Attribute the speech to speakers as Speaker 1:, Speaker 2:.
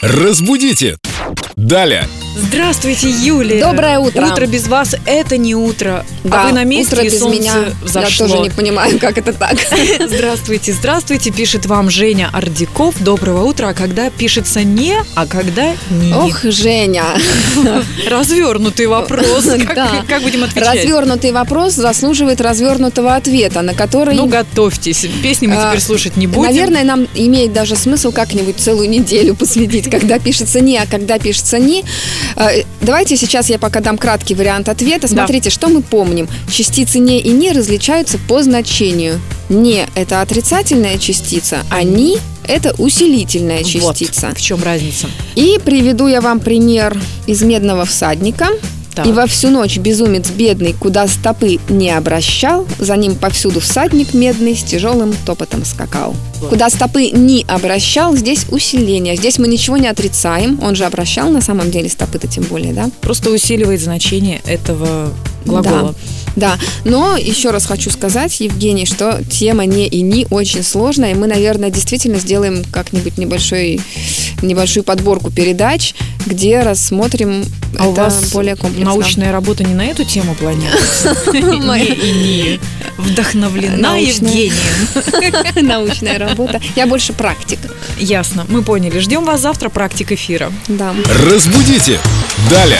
Speaker 1: Разбудите! Далее!
Speaker 2: Здравствуйте, Юлия.
Speaker 3: Доброе утро.
Speaker 2: Утро без вас – это не утро.
Speaker 3: Да,
Speaker 2: а вы на месте,
Speaker 3: утро
Speaker 2: и
Speaker 3: без
Speaker 2: солнце
Speaker 3: меня.
Speaker 2: взошло.
Speaker 3: Я тоже не понимаю, как это так.
Speaker 2: Здравствуйте, здравствуйте, пишет вам Женя Ардиков. Доброго утра. А когда пишется «не», а когда «не».
Speaker 3: Ох, Женя.
Speaker 2: развернутый вопрос. Как,
Speaker 3: Да.
Speaker 2: как будем отвечать?
Speaker 3: Развернутый вопрос заслуживает развернутого ответа, на который,
Speaker 2: Ну, готовьтесь. Песни мы
Speaker 3: А,
Speaker 2: теперь слушать не будем.
Speaker 3: наверное, нам имеет даже смысл как-нибудь целую неделю посвятить, когда пишется «не», а когда пишется «не». Э, Давайте сейчас я пока дам краткий вариант
Speaker 2: Да.
Speaker 3: ответа. Смотрите, что мы помним. Частицы «не» и «не» различаются по значению. «Не» — это отрицательная частица, а «ни» — это усилительная
Speaker 2: Вот.
Speaker 3: частица.
Speaker 2: В чем разница?
Speaker 3: И приведу я вам пример из «Медного всадника».
Speaker 2: Так.
Speaker 3: И во всю ночь безумец бедный, куда стопы не обращал, за ним повсюду всадник медный с тяжелым топотом скакал.
Speaker 2: Вот.
Speaker 3: Куда стопы не обращал, здесь усиление. Здесь мы ничего не отрицаем. Он же обращал на самом деле стопы-то тем более, да?
Speaker 2: Просто усиливает значение этого глагола.
Speaker 3: Да, но еще раз хочу сказать, Евгений, что тема не и не очень сложная, и мы, наверное, действительно сделаем как-нибудь небольшой, небольшую подборку передач, где рассмотрим
Speaker 2: А
Speaker 3: это
Speaker 2: у вас
Speaker 3: более комплексно.
Speaker 2: научная работа не на эту тему планируется? Не и не. Вдохновлена
Speaker 3: Научная.
Speaker 2: Евгением.
Speaker 3: научная работа. Я больше практик.
Speaker 2: Ясно, мы поняли. Ждем вас завтра практик эфира.
Speaker 3: Да.
Speaker 1: Разбудите! Далее!